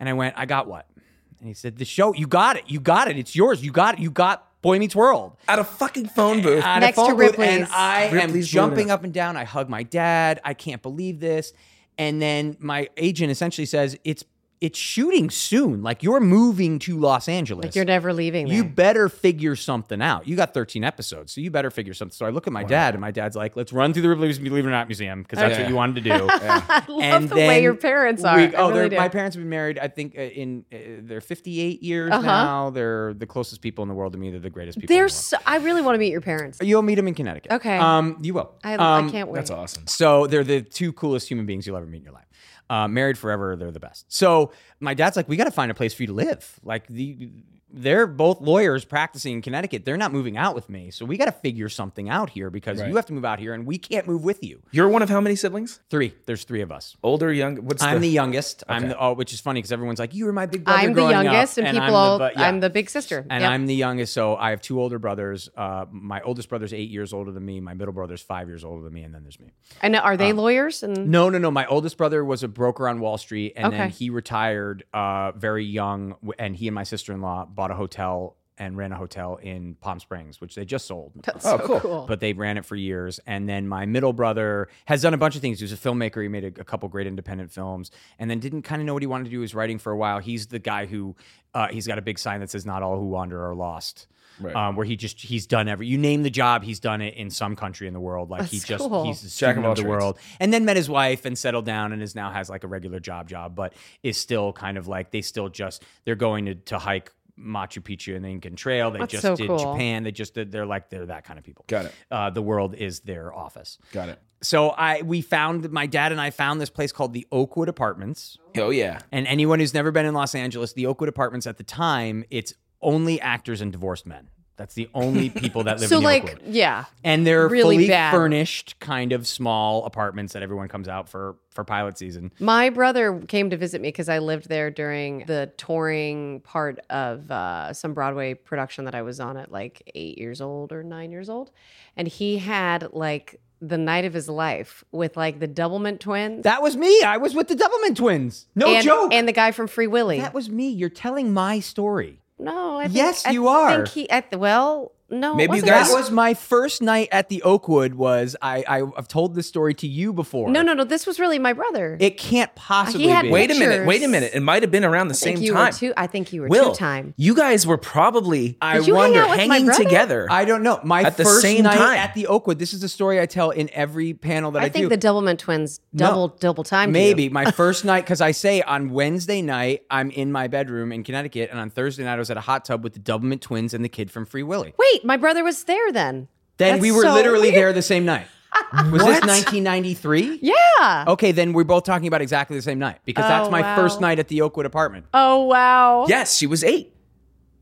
And I went, I got what? And he said, The show, you got it. You got it. It's yours. You got it. You got Boy Meets World
At a fucking phone booth.
out of
Next to
phone booth, And
Ripley's.
I am
Ripley's
jumping
Lunar.
up and down. I hug my dad. I can't believe this. And then my agent essentially says, "It's it's shooting soon. Like you're moving to Los Angeles.
Like you're never leaving.
you
there.
better figure something out. You got 13 episodes, so you better figure something. So I look at my dad, and my dad's like, "Let's run through the Ripley's Believe It or Not Museum because that's what
Okay.
you wanted to do."
I love
and
the way
then
your parents
we-
are. I
oh, they're-
really do.
my parents have been married. I think uh, in uh, they're 58 years
Uh-huh.
now. They're the closest people in the world to me. They're the greatest people. in the
They're
world.
so, I really want to meet your parents.
You'll meet him in Connecticut.
Okay.
Um, you will.
I,
Um,
I can't wait.
That's awesome.
So they're the two coolest human beings you'll ever meet in your life. Uh, married forever, they're the best. So my dad's like, we got to find a place for you to live. Like the, they're both lawyers practicing in Connecticut. They're not moving out with me, so we got to figure something out here because
Right.
you have to move out here, and we can't move with you.
You're one of how many siblings?
Three. There's three of us.
Older, young? What's
I'm the youngest. I'm
Okay.
the, oh, which is funny because everyone's like, you were my big brother.
I'm the
growing up,"
youngest, and people,
I'm the, bu- yeah.
I'm the big sister.
And
Yep.
I'm the youngest, so I have two older brothers. Uh, my oldest brother's eight years older than me. My middle brother's five years older than me, and then there's me.
And are
uh,
they lawyers? And
No, no, no. My oldest brother was a broker on Wall Street, and then
Okay.
he retired uh, very young. w- And he and my sister in law bought a hotel and ran a hotel in Palm Springs, which they just sold.
That's
Oh,
so
cool.
But they ran it for years. And then my middle brother has done a bunch of things. He was a filmmaker. He made a, a couple great independent films and then didn't kind of know what he wanted to do. He was writing for a while. He's the guy who, uh, he's got a big sign that says, Not all who wander are lost.
Right.
Um, where he just he's done every you name the job he's done it in some country in the world like he
That's
just
cool.
he's a
Jack of
student
all
of the
trades.
world and then met his wife and settled down and is now has like a regular job job but is still kind of like they still just they're going to, to hike Machu Picchu and the Incan Trail they
That's
just
so
did
cool.
Japan they just did, they're like they're that kind of people
Got it.
uh, the world is their office
Got it.
so I we found my dad and I found this place called the Oakwood Apartments
Oh, yeah.
and anyone who's never been in Los Angeles, the Oakwood Apartments at the time, it's only actors and divorced men. That's the only people that live
So
in the
like,
Oakwood.
yeah.
And they're
really
fully
bad.
furnished, kind of small apartments that everyone comes out for for pilot season.
My brother came to visit me because I lived there during the touring part of uh, some Broadway production that I was on at like eight years old or nine years old. And he had like the night of his life with like the Doublemint twins.
That was me. I was with the Doublemint twins. No
and,
joke.
And the guy from Free Willy.
that was me. You're telling my story.
no, I think,
Yes,
I
you are.
Think he, I, th- well, no,
Maybe you
wasn't
guys-
it?
That was my first night at the Oakwood. Was I? I I've told this story to you before.
No, no, no. This was really my brother.
It can't possibly
had
be.
Wait a minute. Wait a
Pictures.
minute. It might have been around the
I think
same
you
time.
Were two, I think you were
Will,
two time.
you guys were probably
I
Did you hang
wonder.
out with my
hanging
brother?
together.
I don't know. My
At the
first
same
night
time.
at the Oakwood. This is a story I tell in every panel that I,
I think
do.
the Doublemint twins
No.
double double time.
Maybe my first night because I say on Wednesday night I'm in my bedroom in Connecticut, and on Thursday night I was at a hot tub with the Doublemint Twins and the kid from Free Willy.
Wait, my brother was there then.
Then
That's
we were
so
literally
weird.
there the same night. Was this 1993?
Yeah.
Okay, then we're both talking about exactly the same night because that's
Oh,
my
wow.
first night at the Oakwood apartment.
Oh wow.
yes, she was eight.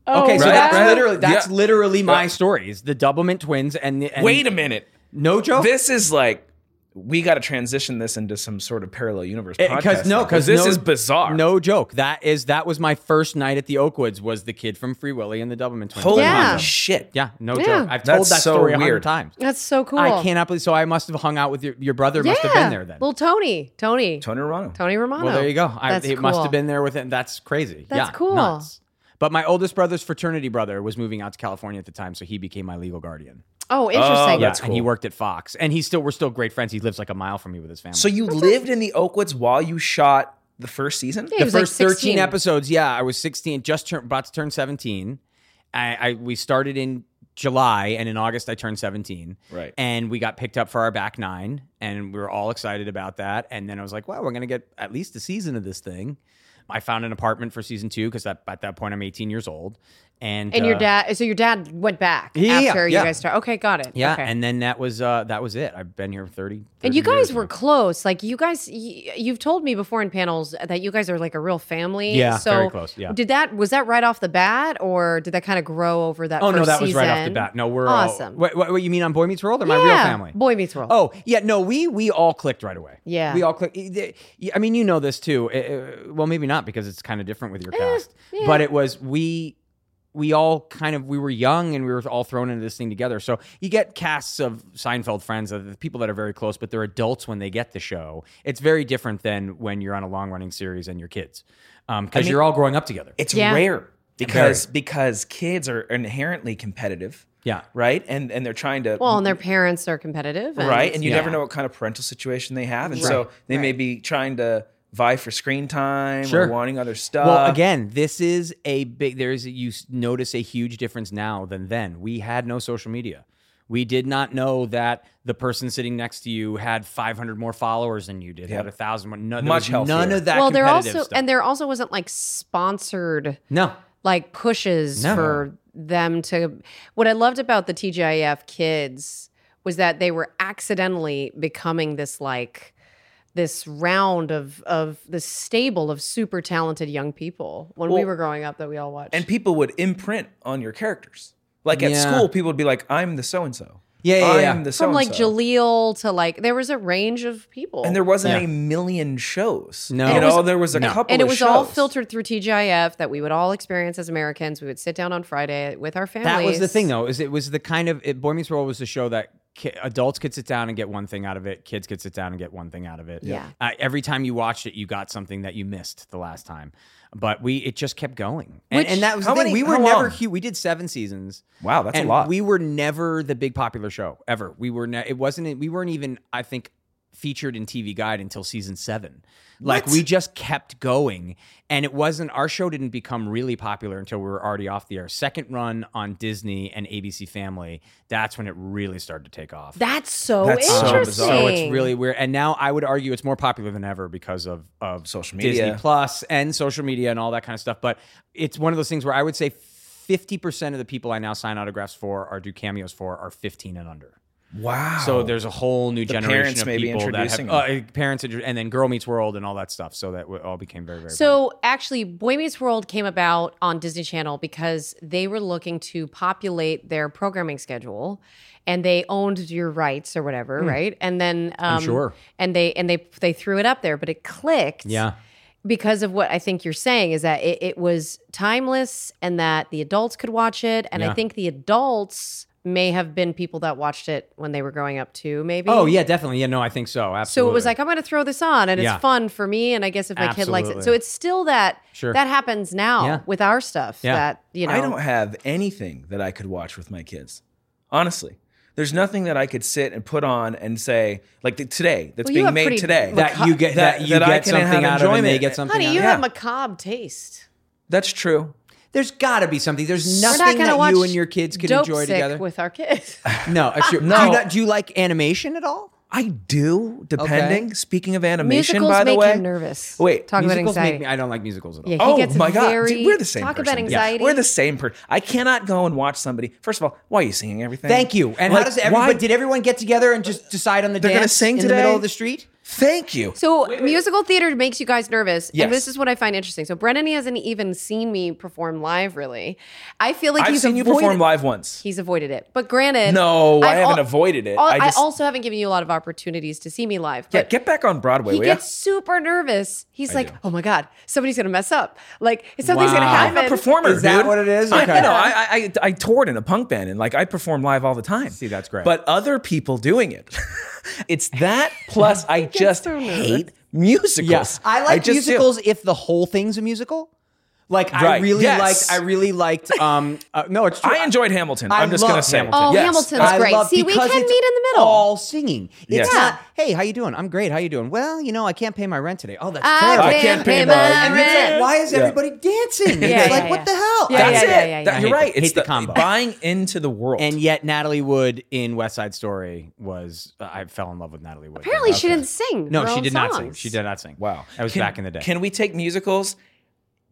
Oh,
okay, so
wow.
that's
Right.
literally that's
Yeah.
literally my
Yeah.
story. Is the Doublemint Twins and, the, and
Wait a minute.
no joke.
This is like we got to transition this into some sort of parallel universe
Eh,
podcast.
'cause- no,
now,
'cause
this
no-
is bizarre.
No joke. That is that was my first night at the Oakwoods. Was the kid from Free Willy and the Doublemint Twins?
holy
Yeah.
shit.
Yeah, no
Yeah.
joke. I've told
That's
that
so
story a hundred
weird.
times.
That's so cool.
I cannot believe. So I must have hung out with your your brother. Must have been there then.
Well, Tony, Tony, Tony,
Tony Romano.
Romano.
Well, there you go. I,
That's
it must
cool.
have been there with it. That's crazy.
That's
yeah,
cool.
Nuts. But my oldest brother's fraternity brother was moving out to California at the time, so he became my legal guardian.
Oh, interesting.
Oh, that's
and he
cool.
worked at Fox, and he's still we're still great friends. He lives like a mile from me with his family.
So you lived in the Oakwoods while you shot the first season?
Yeah, he
the
was like
first 13
16.
episodes yeah i was 16 just turn, about to turn 17 I, I we started in july and in august i turned 17
Right.
and we got picked up for our back nine and we were all excited about that and then i was like wow we're gonna get at least a season of this thing I found an apartment for season two because at that point I'm 18 years old. And,
And your
uh,
dad, so your dad went back
Yeah, yeah,
after
yeah.
you guys started. Okay, got it.
Yeah,
Okay.
and then that was uh, that was it. I've been here 30, 30
And you
years
guys
now.
were close. Like you guys, y- you've told me before in panels that you guys are like a real family.
Yeah,
so
very close, yeah.
Did that was that right off the bat, or did that kind of grow over that?
Oh no,
first
that was right off the
season?
bat. No, we're all-
awesome.
what, what, what you mean on Boy Meets World or my real
Yeah,
family?
Boy Meets World.
Oh yeah, no, we we all clicked right away.
Yeah.
we all clicked. I mean, you know this too. Uh, uh, Well, maybe not because it's kind of different with your cast.
Eh, yeah.
But it was we we all kind of we were young and we were all thrown into this thing together. So you get casts of Seinfeld friends, of the people that are very close, but they're adults when they get the show. It's very different than when you're on a long running series and your kids, because
mean-
you're all growing up together.
It's
Yeah.
rare because because kids are inherently competitive,
yeah.
right? And and they're trying to
well, and their parents are competitive, and,
right, and you
Mm-hmm. Yeah.
never know what kind of parental situation they have, and so
Right.
they may
Right.
be trying to vie for screen time
Sure.
or wanting other stuff.
Well, again, this is a big. There is you s- notice a huge difference now than then. We had no social media. We did not know that the person sitting next to you had 500 more followers than you did. Had
Yep.
a thousand more. No, there
Much
was none
healthier.
of that.
well, there also
competitive stuff.
and there also wasn't like sponsored
no.
like pushes
No.
for them to. What I loved about the TGIF kids was that they were accidentally becoming this like this round of of the stable of super talented young people when we
Well,
were growing up that we all watched.
and people would imprint on your characters. Like at
Yeah.
school, people would be like, "I'm the so and so."
Yeah, yeah,
I'm
yeah.
the so
from
and
like
so.
Jaleel to like there was a range of people,
and there wasn't
Yeah.
a million shows.
No.
you
And it
know,
was-
there was a
no.
couple,
and it
of
was all
shows.
filtered through TGIF that we would all experience as Americans. We would sit down on Friday with our families.
That was the thing, though. Is it was the kind of it, Boy Meets World was the show that ki- adults could sit down and get one thing out of it. Kids could sit down and get one thing out of it.
Yeah.
Uh, every time you watched it, you got something that you missed the last time. But we, it just kept going, and,
Which-
and that was the
how many-
thing. we were
how
never
long?
huge. We did seven seasons.
Wow, that's a
and
lot.
We were never the big popular show ever. We were. Ne- it wasn't. e, We weren't even. I think featured in TV Guide until season seven. Like
What?
we just kept going, and it wasn't. Our show didn't become really popular until we were already off the air. Second run on Disney and ABC Family. That's when it really started to take off.
That's so
That's so
interesting.
bizarre.
So it's really weird. And now I would argue it's more popular than ever because of, of
Social
Disney
media.
Plus and social media and all that kind of stuff. But it's one of those things where I would say 50% of the people I now sign autographs for or do cameos for are 15 and under.
Wow.
So there's a whole new
The
generation
parents
of
may be
people that have
introducing
uh, parents inter- and then Girl Meets World and all that stuff. So that w- all became very very popular.
So actually, Boy Meets World came about on Disney Channel because they were looking to populate their programming schedule, and they owned your rights or whatever, right? And then um,
Hmm. sure.
and they and they they threw it up there, but it clicked,
yeah.
because of what I think you're saying is that it, it was timeless and that the adults could watch it, and
Yeah.
I think the adults may have been people that watched it when they were growing up too, maybe.
Oh yeah, definitely. Yeah, no, I think so.
So
Absolutely.
it was like I'm going to throw this on, and
Yeah.
it's fun for me, and I guess if my kid likes
Absolutely.
it, so it's still that
Sure.
that happens now
Yeah.
with our stuff.
Yeah.
That you know,
I don't have anything that I could watch with my kids. Honestly, there's nothing that I could sit and put on and say like th- today that's
Well, you
being
have
made
pretty-
today.
that you get that,
that-
you
that I
get
can
something
have
out of it and they
enjoyment.
get something
honey,
out
you
of it.
have
Yeah.
macabre taste.
that's true.
There's got to be something. There's
We're
nothing
not gonna
that
watch
you and your kids could
Dope
enjoy
Sick
together.
with our kids.
no, it's your- Do
No.
you, not, do you like animation at all?
I do. Depending. Speaking of animation,
Musicals
by the
make
way,
him nervous.
Wait,
talk about
musicals
anxiety.
make me. I don't like musicals at all.
yeah, he
Oh
gets
my God,
very,
Dude, we're the same
Talk
person.
about
Yeah.
anxiety.
We're the same person. I cannot go and watch somebody. First of all, why are you singing everything?
Thank you. And
Like,
how does everyone?
why-
Did everyone get together and just decide on the
They're gonna
dance
sing
in the middle
today?
of the street?
Thank you.
So musical theater makes you guys nervous,
Yes.
and this is what I find interesting. So Brennan hasn't even seen me perform live, really. I feel like
I've
he's
seen you
avoided-
perform live once.
He's avoided it, but granted,
No, I
I've
haven't
al-
avoided it.
al-
I
I,
just-
also haven't given you a lot of opportunities to see me live.
Yeah,
But
get back on Broadway.
he
will ya?
gets super nervous. He's like,
do.
"Oh my god, somebody's gonna mess up. Like something's gonna
Wow.
happen."
I'm a performer.
Is that
dude.
what it is?
I,
Okay.
no, I, I- I I toured in a punk band and like I perform live all the time.
See, that's great.
But other people doing it, it's that plus I just
so nervous.
hate musicals.
Yes, I like
just do.
musicals if the whole thing's a musical. Like I
Right.
really
Yes.
liked. I really liked. Um, uh, no, it's true.
I enjoyed Hamilton.
I
I'm just gonna
love
say.
Hamilton.
Oh,
Yes.
Hamilton's
I-
That's great.
love-
See, we
because
can
it's
meet in the middle.
All singing. It's
Yes.
not. Hey, how you doing? I'm great. How you doing? Well, you know, I can't pay my rent today. Oh, that's
I
terrible.
can't pay my
And it's like,
rent.
why is
Yeah.
everybody dancing?
Yeah,
it's
yeah,
like,
yeah.
what the hell?
Yeah,
That's
yeah,
it.
yeah, yeah, yeah.
That-
I hate
You're right.
the-
It's
hate the combo.
buying into the world.
And yet, Natalie Wood in West Side Story was. uh, I fell in love with Natalie Wood.
Apparently,
Okay.
she didn't sing.
No,
her
she
own
did not sing.
songs.
She did not sing.
wow,
that was
Can-
back in the day.
Can we take musicals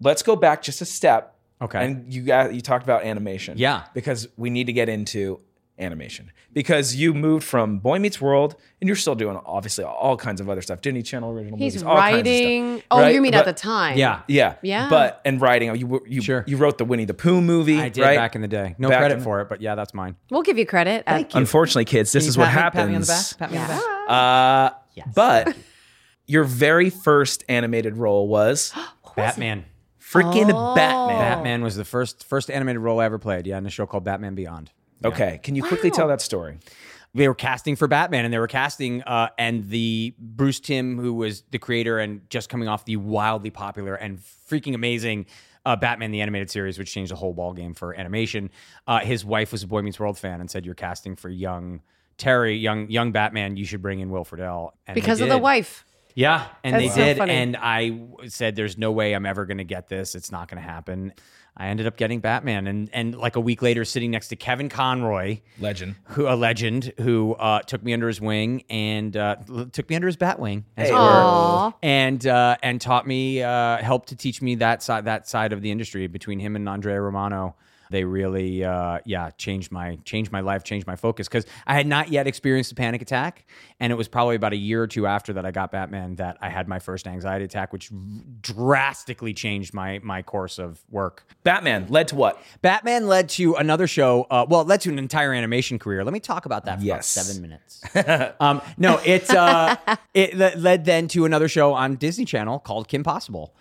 let's go back just a step.
Okay.
And you got you talked about animation.
Yeah.
Because we need to get into animation because you moved from Boy Meets World and you're still doing obviously all kinds of other stuff, Disney Channel original
He's
movies, all kinds of stuff,
writing. Oh,
right?
you mean at the
But-
time?
yeah.
Yeah.
Yeah.
But and writing, you were- you
Sure.
you wrote the Winnie the Pooh movie,
I did
right?
back in the day. No
Back
credit
in-
for it, but yeah, that's mine.
We'll give you credit. Thank
Unfortunately, kids, this
Can
is
you
what
pat me-
happens.
Pat me on the back. Pat me on the back.
Uh, But your very first animated role was
Batman.
freaking
Oh.
Batman.
Batman was the first first animated role I ever played. Yeah, in a show called Batman Beyond.
Okay, can you quickly
Wow.
tell that story?
they were casting for Batman and they were casting uh, and the Bruce Tim who was the creator and just coming off the wildly popular and freaking amazing uh, Batman the animated series which changed the whole ball game for animation uh, his wife was a Boy Meets World fan and said you're casting for young Terry young young Batman you should bring in Will Friedle and they
Because of the
did.
wife.
Yeah, and
That's so
they did.
funny.
and I w- said, "There's no way I'm ever going to get this. It's not going to happen." I ended up getting Batman, and and like a week later, sitting next to Kevin Conroy,
Legend.
who a legend who uh, took me under his wing and uh, l- took me under his bat wing, as
Hey.
it were,
Aw.
and uh, and taught me, uh, helped to teach me that side that side of the industry. Between him and Andrea Romano, they really, uh, yeah, changed my changed my life, changed my focus because I had not yet experienced a panic attack, and it was probably about a year or two after that I got Batman that I had my first anxiety attack, which drastically changed my my course of work.
Batman led to what?
Batman led to another show. Uh, well, it led to an entire animation career. Let me talk about that for
Yes.
about seven minutes. um, no, it uh, it le- led then to another show on Disney Channel called Kim Possible.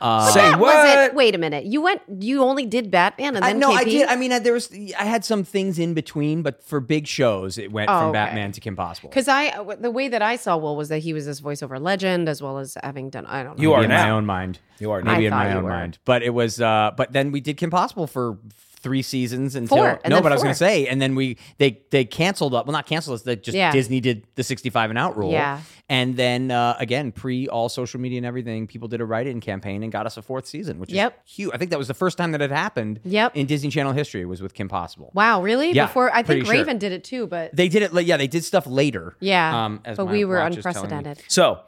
Say
That
what?
Was it? Uh, Wait a minute. You went. You only did Batman and
I,
then
Uh, no, I
KP?
did. I mean, I, there was I had some things in between, but for big shows, it went
Oh,
from
okay.
Batman to Kim Possible.
Because I, uh, the way that I saw Will was that he was this voiceover legend as well as having done, I don't know.
You are
Maybe in my
now.
own mind.
You are now.
maybe
I
in
thought
my
you
own
were.
mind. But it was. Uh, but then we did Kim Possible for three seasons until
Four, and
no.
then
But I was
four.
going to say, and then we they they canceled up. Well, not canceled us. They just
Yeah.
Disney did the sixty five and out rule.
Yeah.
And then uh, again, pre all social media and everything, people did a write in campaign and got us a fourth season, which
Yep.
is huge. I think that was the first time that it happened.
Yep.
In Disney Channel history, was with Kim Possible.
Wow, really?
Yeah,
Before I
pretty
think
sure.
Raven did it too, but
They did it. la- Yeah, they did stuff later. um,
yeah,
as
but
my
we were
watch is telling me.
unprecedented.
So,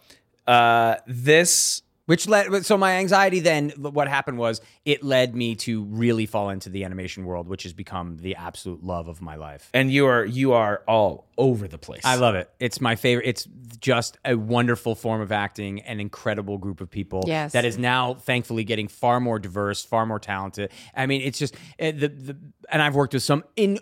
uh, this
Which led so my anxiety then what happened was it led me to really fall into the animation world, which has become the absolute love of my life.
and you are you are all over the place.
I love it. It's my favorite. It's just a wonderful form of acting, an incredible group of people
Yes.
that is now thankfully getting far more diverse, far more talented. I mean, it's just eh, the, the and I've worked with some in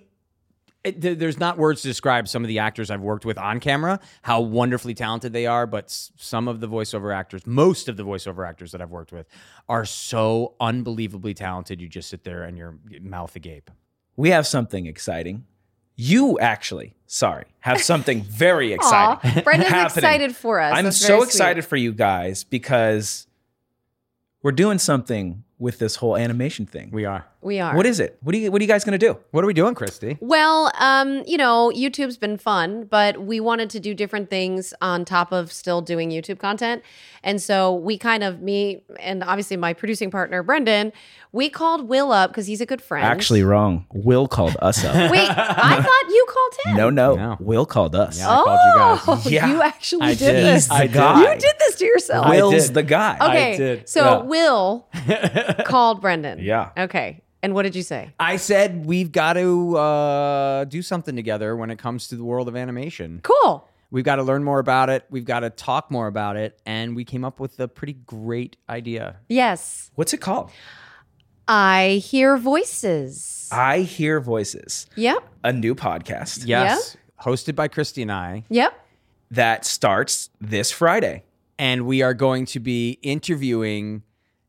it, th- there's not words to describe some of the actors I've worked with on camera, how wonderfully talented they are, but s- some of the voiceover actors, most of the voiceover actors that I've worked with are so unbelievably talented. You just sit there and your mouth agape.
we have something exciting. You actually, sorry, have something very exciting.
Aw, Brendan's
happening.
excited for us.
I'm
That's very
so
sweet.
excited for you guys because we're doing something with this whole animation thing.
We are.
We are.
What is it? What are you What are you guys gonna do?
What are we doing, Christy?
Well, um, you know, YouTube's been fun, but we wanted to do different things on top of still doing YouTube content. And so we kind of, me and obviously my producing partner, Brendan, we called Will up because he's a good friend.
Actually, wrong. Will called us up.
wait, I thought you called him.
no, no,
No.
Will called us.
I called you
Oh,
guys.
Yeah.
you actually
I
did,
did.
this.
I
I
did.
got
You did this to yourself.
I
Will's
did.
the guy.
okay.
did,
So
yeah.
Will called Brendan.
Yeah.
Okay. And what did you say?
I said we've got to uh, do something together when it comes to the world of animation.
Cool.
We've got to learn more about it. We've got to talk more about it. And we came up with a pretty great idea.
Yes.
What's it called?
I hear voices.
I hear voices.
Yep.
A new podcast
Yes. Hosted by Christy and I.
Yep.
that starts this Friday.
and we are going to be interviewing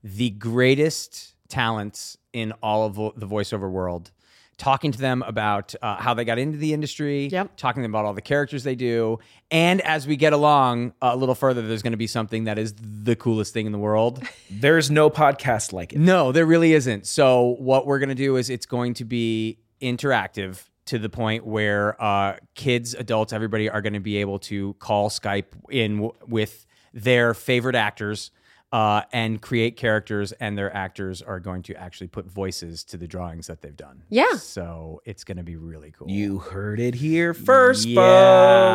the greatest talents in all of vo- the voiceover world talking to them about uh, how they got into the industry
Yep.
talking to them about all the characters they do and as we get along a little further there's going to be something that is the coolest thing in the world
There's no podcast like it.
no, there really isn't. So what we're gonna do is it's going to be interactive to the point where uh, kids, adults, everybody are gonna be able to call Skype in w- with their favorite actors. uh, and create characters, and their actors are going to actually put voices to the drawings that they've done.
Yeah.
So it's going to be really cool.
You heard it here first,
Yeah,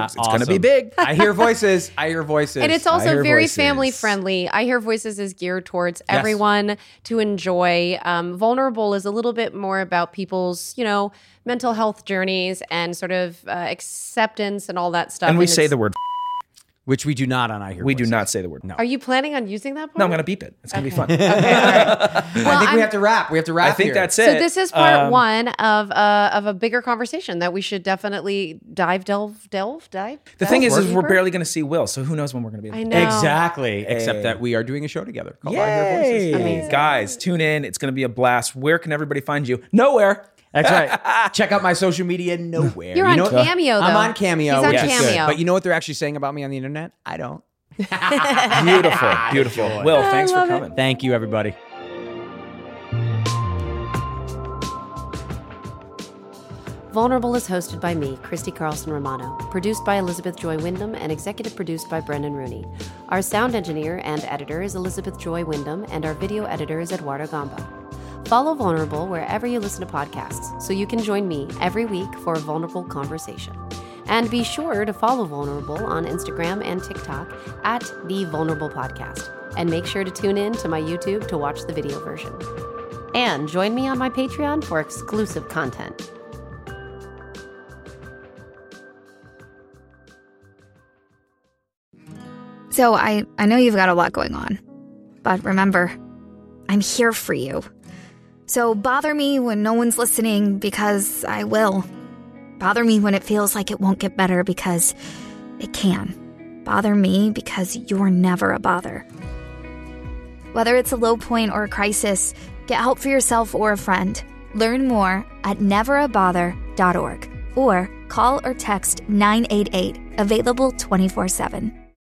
folks. It's gonna be
awesome.
big.
I hear voices. I hear voices.
And it's
I
also
hear
very
voices.
family friendly. I Hear Voices is geared towards everyone to enjoy. Um, Vulnerable is a little bit more about people's, you know, mental health journeys and sort of uh, acceptance and all that stuff.
And we say
it's-
the word.
which we do not on I hear.
We do
Voices.
not say the word.
No.
Are you planning on using that part?
No, I'm gonna beep it. It's gonna be fun.
I think
I'm-
we have to wrap. We have to wrap.
I think
here.
that's it.
So this is part
Um,
one of uh, of a bigger conversation that we should definitely dive, delve, delve, dive.
The thing
delve
is, is we're
deeper?
barely gonna see Will, so who knows when we're gonna be. able
I
to-
know
Exactly.
Hey.
Except that we are doing a show together called I Hear Voices.
Yay! Guys, tune in. It's gonna be a blast. Where can everybody find you? Nowhere.
That's right. Check out my social media nowhere.
You're on
what-
Cameo,
I'm
though.
on Cameo,
He's on
which is good.
Cameo.
But you know what they're actually saying about me on the internet? I don't.
Beautiful, beautiful. Will, thanks for coming.
Thank you, everybody.
Vulnerable is hosted by me, Christy Carlson Romano, produced by Elizabeth Joy Wyndham, and executive produced by Brendan Rooney. Our sound engineer and editor is Elizabeth Joy Wyndham, and our video editor is Eduardo Gamba. Follow Vulnerable wherever you listen to podcasts so you can join me every week for a vulnerable conversation. And be sure to follow Vulnerable on Instagram and TikTok at The Vulnerable Podcast. And make sure to tune in to my YouTube to watch the video version. And join me on my Patreon for exclusive content.
So I, I know you've got a lot going on, but remember, I'm here for you. So bother me when no one's listening because I will. Bother me when it feels like it won't get better because it can. Bother me because you're never a bother. Whether it's a low point or a crisis, get help for yourself or a friend. Learn more at neverabother.org or call or text 988, available 24 7.